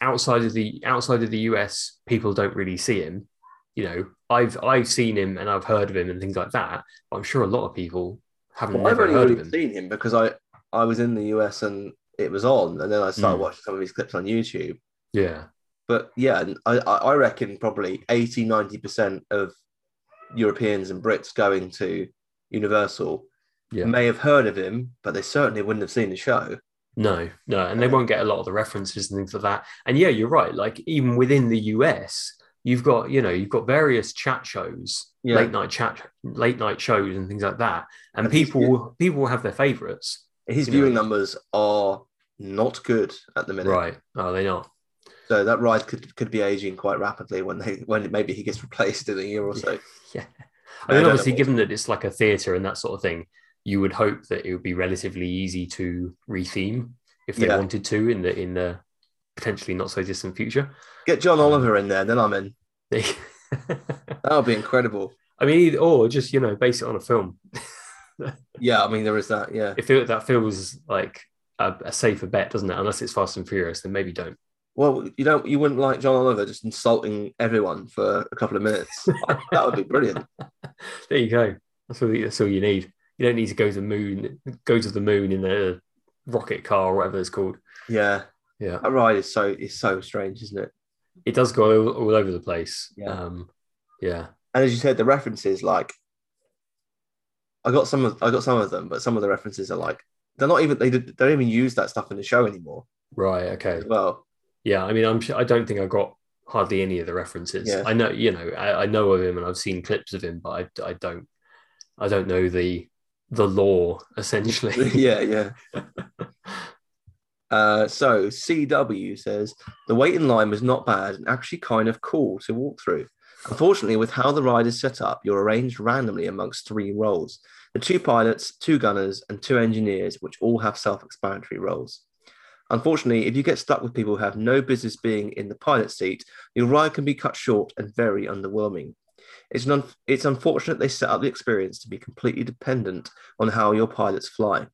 [SPEAKER 2] outside of the outside of the us people don't really see him you know i've i've seen him and i've heard of him and things like that but i'm sure a lot of people haven't
[SPEAKER 1] Well, I've
[SPEAKER 2] never
[SPEAKER 1] only
[SPEAKER 2] heard of
[SPEAKER 1] really
[SPEAKER 2] him
[SPEAKER 1] seen him because I, I was in the US and it was on. And then I started
[SPEAKER 2] Mm.
[SPEAKER 1] watching some of his clips on YouTube.
[SPEAKER 2] yeah
[SPEAKER 1] But yeah, and I, I I reckon probably 80, 90% of Europeans and Brits going to Universal
[SPEAKER 2] yeah
[SPEAKER 1] may have heard of him, but they certainly wouldn't have seen the show.
[SPEAKER 2] No, no, and they won't get a lot of the references and things like that. And yeah, you're right. Like even within the US, you've got you know you've got various chat shows,
[SPEAKER 1] Yeah.
[SPEAKER 2] late night chat, late night shows, and things like that. And
[SPEAKER 1] I think-
[SPEAKER 2] people will people will have their favorites,
[SPEAKER 1] His
[SPEAKER 2] Yeah.
[SPEAKER 1] viewing numbers are not good at the minute.
[SPEAKER 2] right? Are they not?
[SPEAKER 1] So that ride could could be aging quite rapidly when they when maybe he gets replaced in a year or so.
[SPEAKER 2] Yeah.
[SPEAKER 1] I
[SPEAKER 2] I mean,
[SPEAKER 1] don't
[SPEAKER 2] obviously,
[SPEAKER 1] know.
[SPEAKER 2] given that it's like a theater and that sort of thing, you would hope that it would be relatively easy to retheme if they
[SPEAKER 1] Yeah.
[SPEAKER 2] wanted to in the in the potentially not so distant future.
[SPEAKER 1] Get John Oliver in there, then I'm in.
[SPEAKER 2] I
[SPEAKER 1] That would be incredible.
[SPEAKER 2] mean, or just you know base it on a film.
[SPEAKER 1] Yeah, I mean there is that. Yeah.
[SPEAKER 2] if it, that feels like a, a safer bet, doesn't it? Unless it's Fast and Furious, then maybe don't.
[SPEAKER 1] Well, you don't you wouldn't like John Oliver just insulting everyone for a couple of minutes. that would be brilliant.
[SPEAKER 2] There you go. That's all. That's all you need. You don't need to go to the moon. Go to the moon in a rocket car or whatever it's called.
[SPEAKER 1] Yeah.
[SPEAKER 2] Yeah,
[SPEAKER 1] That ride is so is so strange, isn't it?
[SPEAKER 2] it does go all, all over the place.
[SPEAKER 1] Yeah.
[SPEAKER 2] Um, yeah.
[SPEAKER 1] And as you said, the references like I got some of I got some of them, but some of the references are like they're not even they, d- they don't even use that stuff in the show anymore
[SPEAKER 2] Right.
[SPEAKER 1] as
[SPEAKER 2] Okay.
[SPEAKER 1] well.
[SPEAKER 2] Yeah. I mean, I'm. Sure, I don't think I got hardly any of the references.
[SPEAKER 1] Yeah.
[SPEAKER 2] I know. You know. I, I know of him and I've seen clips of him, but I, I don't. I don't know the the law essentially.
[SPEAKER 1] yeah, yeah. Uh, so CW says the wait in line was not bad and actually kind of cool to walk through. Unfortunately, with how the ride is set up, you're arranged randomly amongst three roles: the two pilots, two gunners, and two engineers, which all have self-explanatory roles. Unfortunately, if you get stuck with people who have no business being in the pilot seat, your ride can be cut short and very underwhelming. It's, an un- it's unfortunate they set up the experience to be completely dependent on how your pilots fly.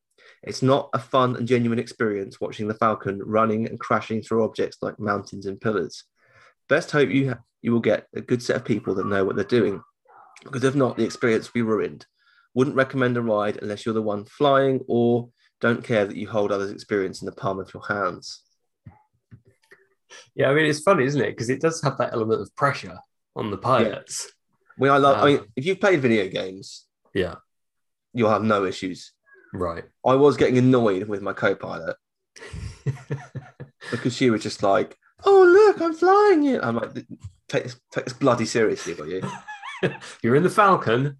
[SPEAKER 1] It's not a fun and genuine experience watching the Falcon running and crashing through objects like mountains and pillars. Best hope you, ha- you will get a good set of people that know what they're doing, because if not, the experience will be ruined. Wouldn't recommend a ride unless you're the one flying or don't care that you hold others' experience in the palm of your hands.
[SPEAKER 2] Yeah, I mean, it's funny, isn't it? Because it does have that element of pressure on the pilots.
[SPEAKER 1] We I love.
[SPEAKER 2] Um,
[SPEAKER 1] I mean, if you've played video games,
[SPEAKER 2] Yeah,
[SPEAKER 1] you'll have no issues.
[SPEAKER 2] right.
[SPEAKER 1] I was getting annoyed with my co-pilot because she was just like, "Oh look, I'm flying it." I'm like, "Take this, take this bloody seriously, will you?"
[SPEAKER 2] You're in the Falcon,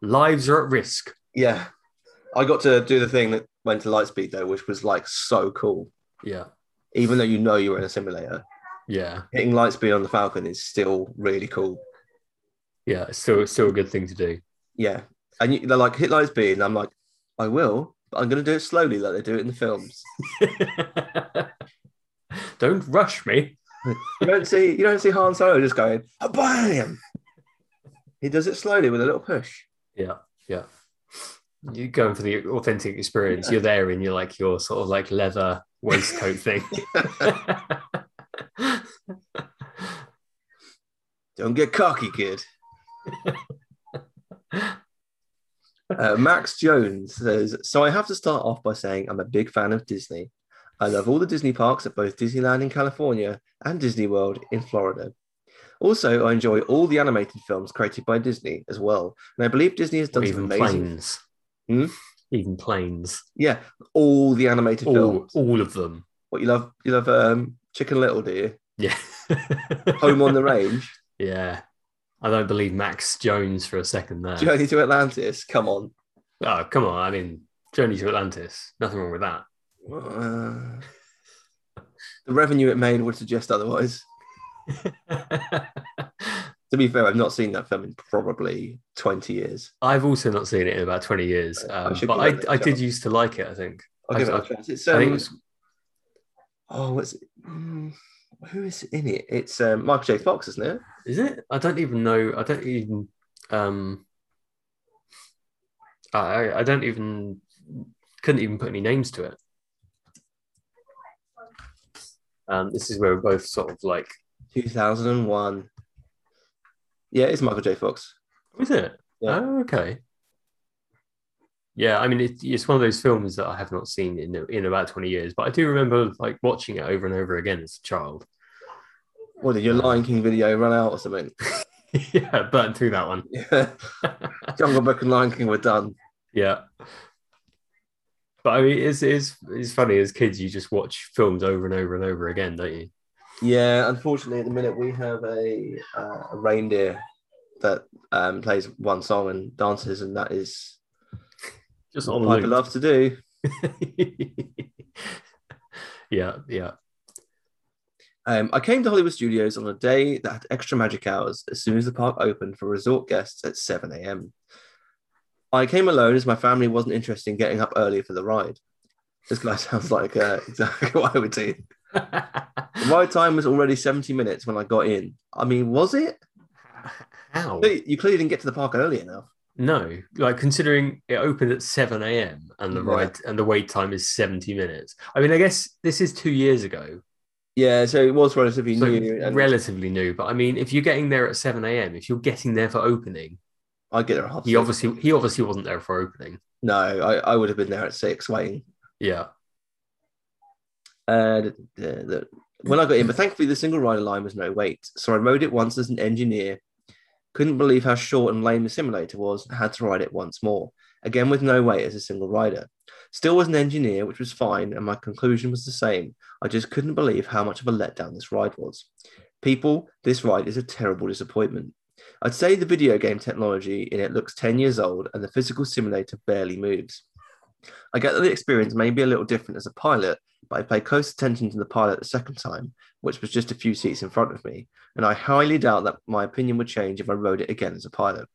[SPEAKER 2] lives are at risk.
[SPEAKER 1] yeah, I got to do the thing that went to lightspeed though, which was like so cool.
[SPEAKER 2] Yeah,
[SPEAKER 1] Even though you know you're in a simulator,
[SPEAKER 2] yeah,
[SPEAKER 1] hitting lightspeed on the Falcon is still really cool.
[SPEAKER 2] yeah. It's still, it's still a good thing to do.
[SPEAKER 1] Yeah, and you, they're like hit lightspeed, and I'm like, "I will." But I'm going to do it slowly, like they do it in the films.
[SPEAKER 2] Don't rush me.
[SPEAKER 1] You don't see you don't see Han Solo just going bam. He does it slowly with a little push.
[SPEAKER 2] Yeah, yeah. You're going for the authentic experience. You're there in your like your sort of like leather waistcoat thing.
[SPEAKER 1] Don't get cocky, kid. Uh, Max Jones says, "So I have to start off by saying I'm a big fan of Disney. I love all the Disney parks at both Disneyland in California and Disney World in Florida. Also, I enjoy all the animated films created by Disney as well, and I believe Disney has
[SPEAKER 2] Or
[SPEAKER 1] done some
[SPEAKER 2] even
[SPEAKER 1] amazing.
[SPEAKER 2] planes.
[SPEAKER 1] Hmm?
[SPEAKER 2] Even planes.
[SPEAKER 1] Yeah, all the animated
[SPEAKER 2] All,
[SPEAKER 1] films.
[SPEAKER 2] all of them.
[SPEAKER 1] What you love? You love um, Chicken Little, do you?
[SPEAKER 2] Yeah.
[SPEAKER 1] Home on the Range,
[SPEAKER 2] Yeah. I don't believe Max Jones for a second there.
[SPEAKER 1] Journey to Atlantis. Come on."
[SPEAKER 2] oh, come on. I mean, Journey to Atlantis. Nothing wrong with that.
[SPEAKER 1] Uh, the revenue it made would suggest otherwise. To be fair, I've not seen that film in probably 20 years.
[SPEAKER 2] I've also not seen it in about 20 years,
[SPEAKER 1] I
[SPEAKER 2] um,
[SPEAKER 1] should
[SPEAKER 2] but
[SPEAKER 1] give it
[SPEAKER 2] I,
[SPEAKER 1] a
[SPEAKER 2] I did
[SPEAKER 1] chance.
[SPEAKER 2] used to like it, I think.
[SPEAKER 1] I'll
[SPEAKER 2] I-
[SPEAKER 1] give it
[SPEAKER 2] I-
[SPEAKER 1] a chance. It's,
[SPEAKER 2] I think it
[SPEAKER 1] um,
[SPEAKER 2] was,
[SPEAKER 1] oh, what's it? Mm, who is in it? It's um, Michael J. Fox, isn't it?
[SPEAKER 2] is it? I don't even know. I don't even. Um, I- I, I don't even. Couldn't even put any names to it. Um, this is where we're both sort of like.
[SPEAKER 1] 2001. Yeah, it's Michael J. Fox.
[SPEAKER 2] Is it?
[SPEAKER 1] Yeah.
[SPEAKER 2] Oh, okay. Yeah, I mean, it, it's one of those films that I have not seen in in about twenty years, but I do remember like watching it over and over again as a child.
[SPEAKER 1] What did your Lion King video run out or something?
[SPEAKER 2] yeah, burnt through that one.
[SPEAKER 1] Yeah. Jungle Book and Lion King were done.
[SPEAKER 2] yeah, but I mean, it's it's it's funny as kids, you just watch films over and over and over again, don't you?
[SPEAKER 1] Yeah, unfortunately, at the minute we have a, uh, a reindeer that um, plays one song and dances, and that is
[SPEAKER 2] Just
[SPEAKER 1] what
[SPEAKER 2] on
[SPEAKER 1] Piper
[SPEAKER 2] loop.
[SPEAKER 1] loves to do.
[SPEAKER 2] yeah, yeah.
[SPEAKER 1] Um, I came to Hollywood Studios on a day that had extra magic hours as soon as the park opened for resort guests at 7 a.m. I came alone as my family wasn't interested in getting up early for the ride. This guy sounds like uh, exactly what I would do. The ride time was already 70 minutes when I got in. I mean, was it?
[SPEAKER 2] How?
[SPEAKER 1] You clearly didn't get to the park early enough.
[SPEAKER 2] No, like considering it opened at 7 a.m. and the
[SPEAKER 1] Yeah.
[SPEAKER 2] ride and the wait time is 70 minutes. I mean, I guess this is two years ago,
[SPEAKER 1] Yeah, so it was relatively
[SPEAKER 2] so
[SPEAKER 1] new. And
[SPEAKER 2] relatively new. But I mean, if you're getting there at 7 a.m., if you're getting there for opening,
[SPEAKER 1] I get there at half
[SPEAKER 2] he
[SPEAKER 1] six.
[SPEAKER 2] obviously he obviously wasn't there for opening.
[SPEAKER 1] No, I, I would have been there at six waiting.
[SPEAKER 2] Yeah,
[SPEAKER 1] Uh, the, the, the- when I got in, but thankfully the single rider line was no wait. So I rode it once as an engineer. Couldn't believe how short and lame the simulator was. Had to ride it once more. Again with no wait as a single rider. Still was an engineer, which was fine, and my conclusion was the same. I just couldn't believe how much of a letdown this ride was. People, this ride is a terrible disappointment. I'd say the video game technology in it looks 10 years old and the physical simulator barely moves. I get that the experience may be a little different as a pilot, but I paid close attention to the pilot the second time, which was just a few seats in front of me, and I highly doubt that my opinion would change if I rode it again as a pilot.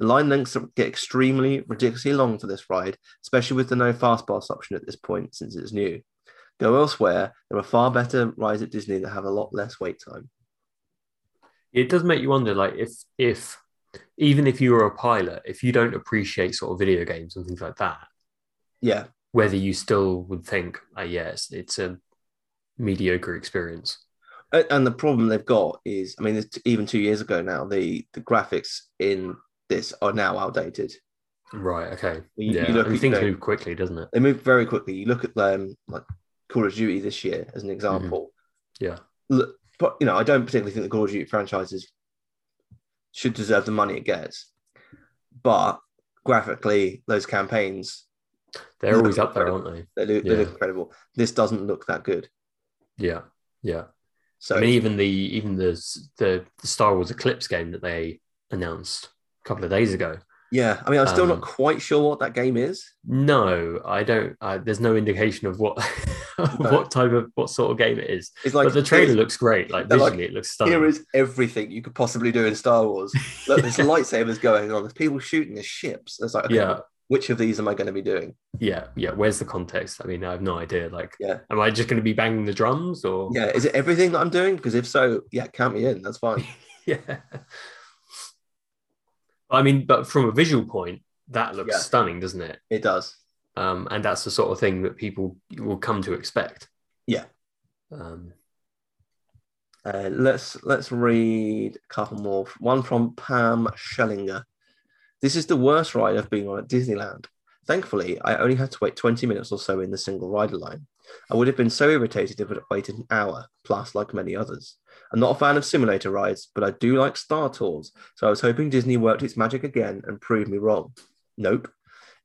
[SPEAKER 1] The line lengths get extremely, ridiculously long for this ride, especially with the no fast pass option at this point since it's new. Go elsewhere, there are far better rides at Disney that have a lot less wait time.
[SPEAKER 2] it does make you wonder, like if if even if you're a pilot, if you don't appreciate sort of video games and things like that,
[SPEAKER 1] Yeah.
[SPEAKER 2] whether you still would think, oh, yeah, it's, it's a mediocre experience.
[SPEAKER 1] A- And the problem they've got is, I mean, it's- even two years ago now, the the graphics in this are now outdated.
[SPEAKER 2] Right. Okay.
[SPEAKER 1] You- you
[SPEAKER 2] yeah.
[SPEAKER 1] look
[SPEAKER 2] and
[SPEAKER 1] at
[SPEAKER 2] things
[SPEAKER 1] the-
[SPEAKER 2] move quickly, doesn't it?
[SPEAKER 1] They move very quickly. You look at them like Call of Duty this year as an example.
[SPEAKER 2] Mm-hmm. Yeah.
[SPEAKER 1] Look, but you know, I don't particularly think the Call of Duty franchises should deserve the money it gets, but graphically, those campaigns
[SPEAKER 2] They're always
[SPEAKER 1] look
[SPEAKER 2] up there,
[SPEAKER 1] incredible.
[SPEAKER 2] aren't they?
[SPEAKER 1] they look,
[SPEAKER 2] Yeah.
[SPEAKER 1] they look incredible. This doesn't look that good.
[SPEAKER 2] Yeah. Yeah.
[SPEAKER 1] So
[SPEAKER 2] I mean, even the even the, s- the the Star Wars Eclipse game that they announced a couple of days ago.
[SPEAKER 1] yeah, I mean, I'm still
[SPEAKER 2] Um,
[SPEAKER 1] not quite sure what that game is.
[SPEAKER 2] No, I don't. I, there's no indication of what what type of what sort of game it is.
[SPEAKER 1] It's like
[SPEAKER 2] but the trailer
[SPEAKER 1] here's-
[SPEAKER 2] looks great. Like
[SPEAKER 1] they're like,
[SPEAKER 2] visually, it looks stunning.
[SPEAKER 1] Here is everything you could possibly do in Star Wars. Look, there's lightsabers going on. There's people shooting. There's ships. There's like, okay,
[SPEAKER 2] yeah,
[SPEAKER 1] which of these am I going to be doing?
[SPEAKER 2] yeah, yeah. Where's the context? I mean, I have no idea. Like,
[SPEAKER 1] Yeah.
[SPEAKER 2] am I just going to be banging the drums or
[SPEAKER 1] Yeah, is it everything that I'm doing? Because if so, yeah, count me in. That's fine.
[SPEAKER 2] yeah. I mean, but from a visual point, that looks
[SPEAKER 1] Yeah.
[SPEAKER 2] stunning, doesn't it?
[SPEAKER 1] It does.
[SPEAKER 2] Um, and that's the sort of thing that people will come to expect.
[SPEAKER 1] Yeah.
[SPEAKER 2] Um,
[SPEAKER 1] Uh, let's let's read a couple more. One from Pam Schellinger. This is the worst ride I've been on at Disneyland. Thankfully, I only had to wait 20 minutes or so in the single rider line. I would have been so irritated if I'd waited an hour, plus, like many others. I'm not a fan of simulator rides, but I do like Star Tours, so I was hoping Disney worked its magic again and proved me wrong. Nope.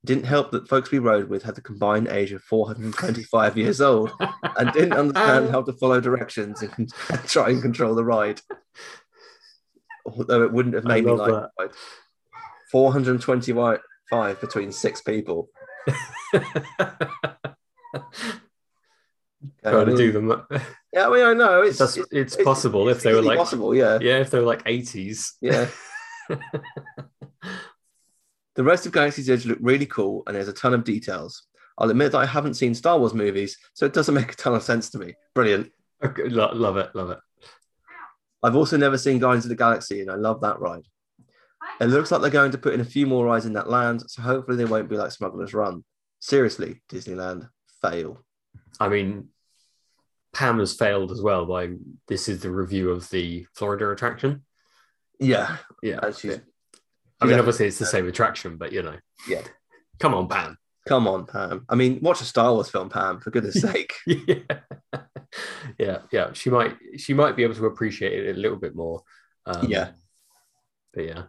[SPEAKER 1] Didn't help that folks we rode with had the combined age of 425 years old and didn't understand how to follow directions and con- try and control the ride. Although it wouldn't have
[SPEAKER 2] I
[SPEAKER 1] made me
[SPEAKER 2] love
[SPEAKER 1] like
[SPEAKER 2] that.
[SPEAKER 1] the ride. 425 between six people. And
[SPEAKER 2] trying
[SPEAKER 1] I
[SPEAKER 2] to
[SPEAKER 1] mean-
[SPEAKER 2] do them.
[SPEAKER 1] Um, Yeah, I mean, I know it's
[SPEAKER 2] That's
[SPEAKER 1] it's-
[SPEAKER 2] it's
[SPEAKER 1] it's
[SPEAKER 2] possible
[SPEAKER 1] it's
[SPEAKER 2] if they were
[SPEAKER 1] easily
[SPEAKER 2] like
[SPEAKER 1] possible, yeah,
[SPEAKER 2] yeah, if they were like eighties.
[SPEAKER 1] yeah. the rest of Galaxy's Edge look really cool, and there's a ton of details. I'll admit that I haven't seen Star Wars movies, so it doesn't make a ton of sense to me. Brilliant.
[SPEAKER 2] Okay, lo- love it, love it.
[SPEAKER 1] I've also never seen Guardians of the Galaxy, and I love that ride. It looks like they're going to put in a few more rides in that land, so hopefully they won't be like Smuggler's Run. Seriously, Disneyland, fail.
[SPEAKER 2] I mean, Pam has failed as well by this is the review of the Florida attraction.
[SPEAKER 1] Yeah,
[SPEAKER 2] Yeah,
[SPEAKER 1] and she's-
[SPEAKER 2] I mean,
[SPEAKER 1] Yeah.
[SPEAKER 2] obviously it's the same attraction, but you know,
[SPEAKER 1] Yeah.
[SPEAKER 2] Come on, Pam.
[SPEAKER 1] come on, Pam. I mean, watch a Star Wars film, Pam, for goodness sake.
[SPEAKER 2] yeah, yeah, yeah. She might, she might be able to appreciate it a little bit more. Um,
[SPEAKER 1] Yeah.
[SPEAKER 2] but yeah.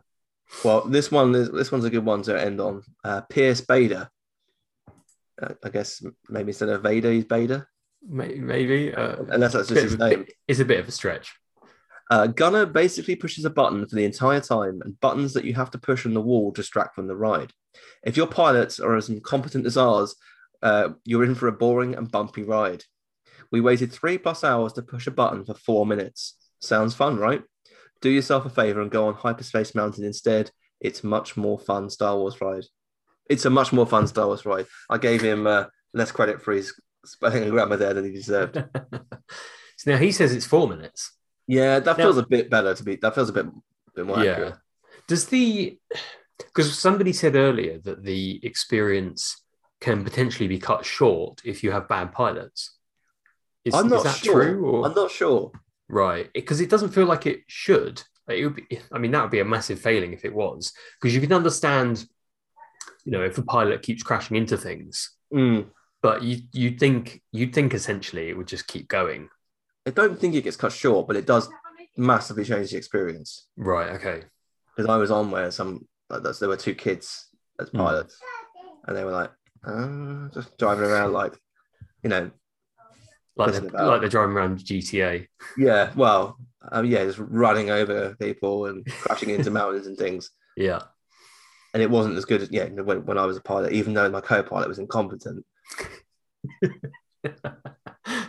[SPEAKER 1] Well, this one, is- this one's a good one to end on. Uh, Pierce Bader. Uh, I guess maybe instead of Vader, he's Bader,
[SPEAKER 2] May- Maybe uh,
[SPEAKER 1] unless that's just
[SPEAKER 2] bit
[SPEAKER 1] his
[SPEAKER 2] of a-
[SPEAKER 1] name.
[SPEAKER 2] it's a bit of a stretch.
[SPEAKER 1] Uh, Gunner basically pushes a button for the entire time, and buttons that you have to push on the wall distract from the ride. If your pilots are as incompetent as ours, uh, you're in for a boring and bumpy ride. We waited three plus hours to push a button for four minutes. Sounds fun, right? Do yourself a favor and go on Hyperspace Mountain instead. It's much more fun Star Wars ride. It's a much more fun Star Wars ride. I gave him uh, less credit for his spelling and grammar there than he deserved.
[SPEAKER 2] so now he says it's four minutes.
[SPEAKER 1] Yeah, that
[SPEAKER 2] Now-
[SPEAKER 1] feels a bit better to be. That feels a bit, bit more accurate.
[SPEAKER 2] Does the because somebody said earlier that the experience can potentially be cut short if you have bad pilots. Is,
[SPEAKER 1] I'm
[SPEAKER 2] is
[SPEAKER 1] not
[SPEAKER 2] that
[SPEAKER 1] sure.
[SPEAKER 2] true? Or
[SPEAKER 1] I'm not sure.
[SPEAKER 2] right? Because it doesn't feel like it should. Like, it would be, I mean, that would be a massive failing if it was. Because you can understand, you know, if a pilot keeps crashing into things,
[SPEAKER 1] Mm.
[SPEAKER 2] but you you think you'd think essentially it would just keep going.
[SPEAKER 1] I don't think it gets cut short, but it does massively change the experience.
[SPEAKER 2] Right. Okay.
[SPEAKER 1] Because I was on where some like that's, there were two kids as
[SPEAKER 2] Mm.
[SPEAKER 1] pilots, and they were like uh, just driving around like, you know,
[SPEAKER 2] Like
[SPEAKER 1] Listen
[SPEAKER 2] they're,
[SPEAKER 1] about-
[SPEAKER 2] like they're driving around GTA.
[SPEAKER 1] yeah, well, um, yeah, just running over people and crashing into mountains and things.
[SPEAKER 2] Yeah.
[SPEAKER 1] And it wasn't as good as yeah when, when I was a pilot, even though my co-pilot was incompetent.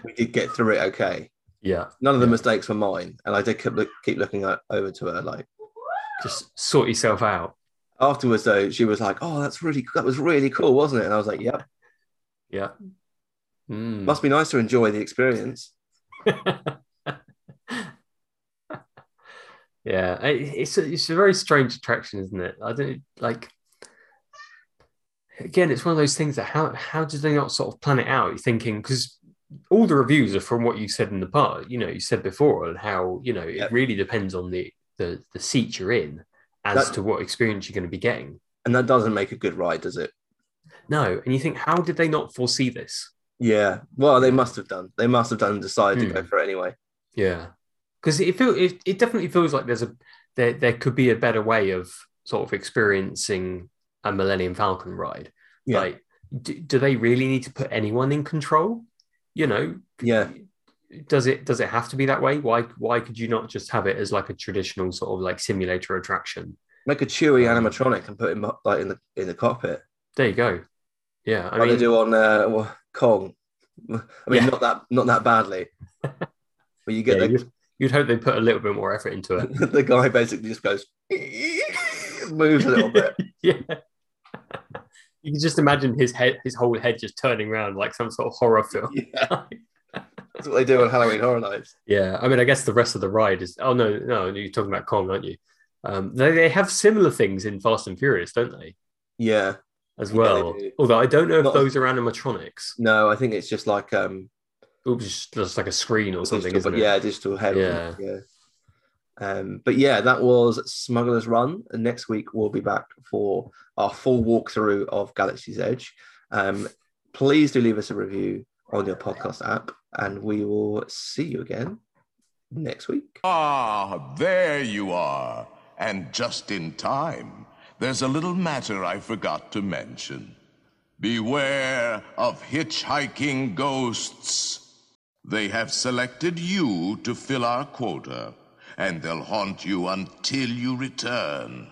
[SPEAKER 1] we did get through it okay.
[SPEAKER 2] Yeah.
[SPEAKER 1] None of the
[SPEAKER 2] Yeah.
[SPEAKER 1] mistakes were mine, and I did keep, look, keep looking o- over to her like.
[SPEAKER 2] just sort yourself out.
[SPEAKER 1] afterwards though she was like oh that's really that was really cool wasn't it and i was like yep
[SPEAKER 2] Yeah. Mm.
[SPEAKER 1] must be nice to enjoy the experience
[SPEAKER 2] yeah. Yeah, it, it's a, it's a very strange attraction, isn't it? I don't like. Again, it's one of those things that how how did they not sort of plan it out? You're thinking because all the reviews are from what you said in the part. You know, you said before and how you know it
[SPEAKER 1] Yep.
[SPEAKER 2] really depends on the the the seat you're in as
[SPEAKER 1] That-
[SPEAKER 2] to what experience you're going to be getting.
[SPEAKER 1] and that doesn't make a good ride, does it?
[SPEAKER 2] No, and you think how did they not foresee this?
[SPEAKER 1] Yeah. Well, they must have done. They must have done and decided
[SPEAKER 2] Hmm.
[SPEAKER 1] to go for it anyway.
[SPEAKER 2] Yeah, because it feel it, it definitely feels like there's a there there could be a better way of sort of experiencing a Millennium Falcon ride.
[SPEAKER 1] Yeah.
[SPEAKER 2] Like, do, do they really need to put anyone in control? You know,
[SPEAKER 1] Yeah.
[SPEAKER 2] does it does it have to be that way? Why why could you not just have it as like a traditional sort of like simulator attraction?
[SPEAKER 1] Make a Chewie
[SPEAKER 2] Um,
[SPEAKER 1] animatronic and put him up, like in the in the cockpit.
[SPEAKER 2] There you go. Yeah, I
[SPEAKER 1] like
[SPEAKER 2] mean,
[SPEAKER 1] they do on uh, well, Kong. I mean,
[SPEAKER 2] Yeah.
[SPEAKER 1] not that not that badly. But you get
[SPEAKER 2] yeah,
[SPEAKER 1] the
[SPEAKER 2] you'd, you'd hope they put a little bit more effort into it.
[SPEAKER 1] the guy basically just goes moves a little bit.
[SPEAKER 2] yeah. You can just imagine his head, his whole head just turning around like some sort of horror film.
[SPEAKER 1] Yeah. That's what they do on Halloween Horror Nights.
[SPEAKER 2] Yeah, I mean, I guess the rest of the ride is. Oh no, no, you're talking about Kong, aren't you? Um, they, they have similar things in Fast and Furious, don't they?
[SPEAKER 1] Yeah.
[SPEAKER 2] As
[SPEAKER 1] Yeah,
[SPEAKER 2] well.
[SPEAKER 1] they do.
[SPEAKER 2] Although I don't know if
[SPEAKER 1] Not-
[SPEAKER 2] those are animatronics.
[SPEAKER 1] No, I think it's just like um
[SPEAKER 2] It was just, just like a screen or something,
[SPEAKER 1] digital, but
[SPEAKER 2] isn't it?
[SPEAKER 1] yeah, digital head.
[SPEAKER 2] Yeah.
[SPEAKER 1] yeah. Um, but yeah, that was Smuggler's Run. And next week we'll be back for our full walkthrough of Galaxy's Edge. Um, please do leave us a review on your podcast app, and we will see you again next week.
[SPEAKER 5] Ah, there you are. And just in time. There's a little matter I forgot to mention. Beware of hitchhiking ghosts. They have selected you to fill our quota, and they'll haunt you until you return.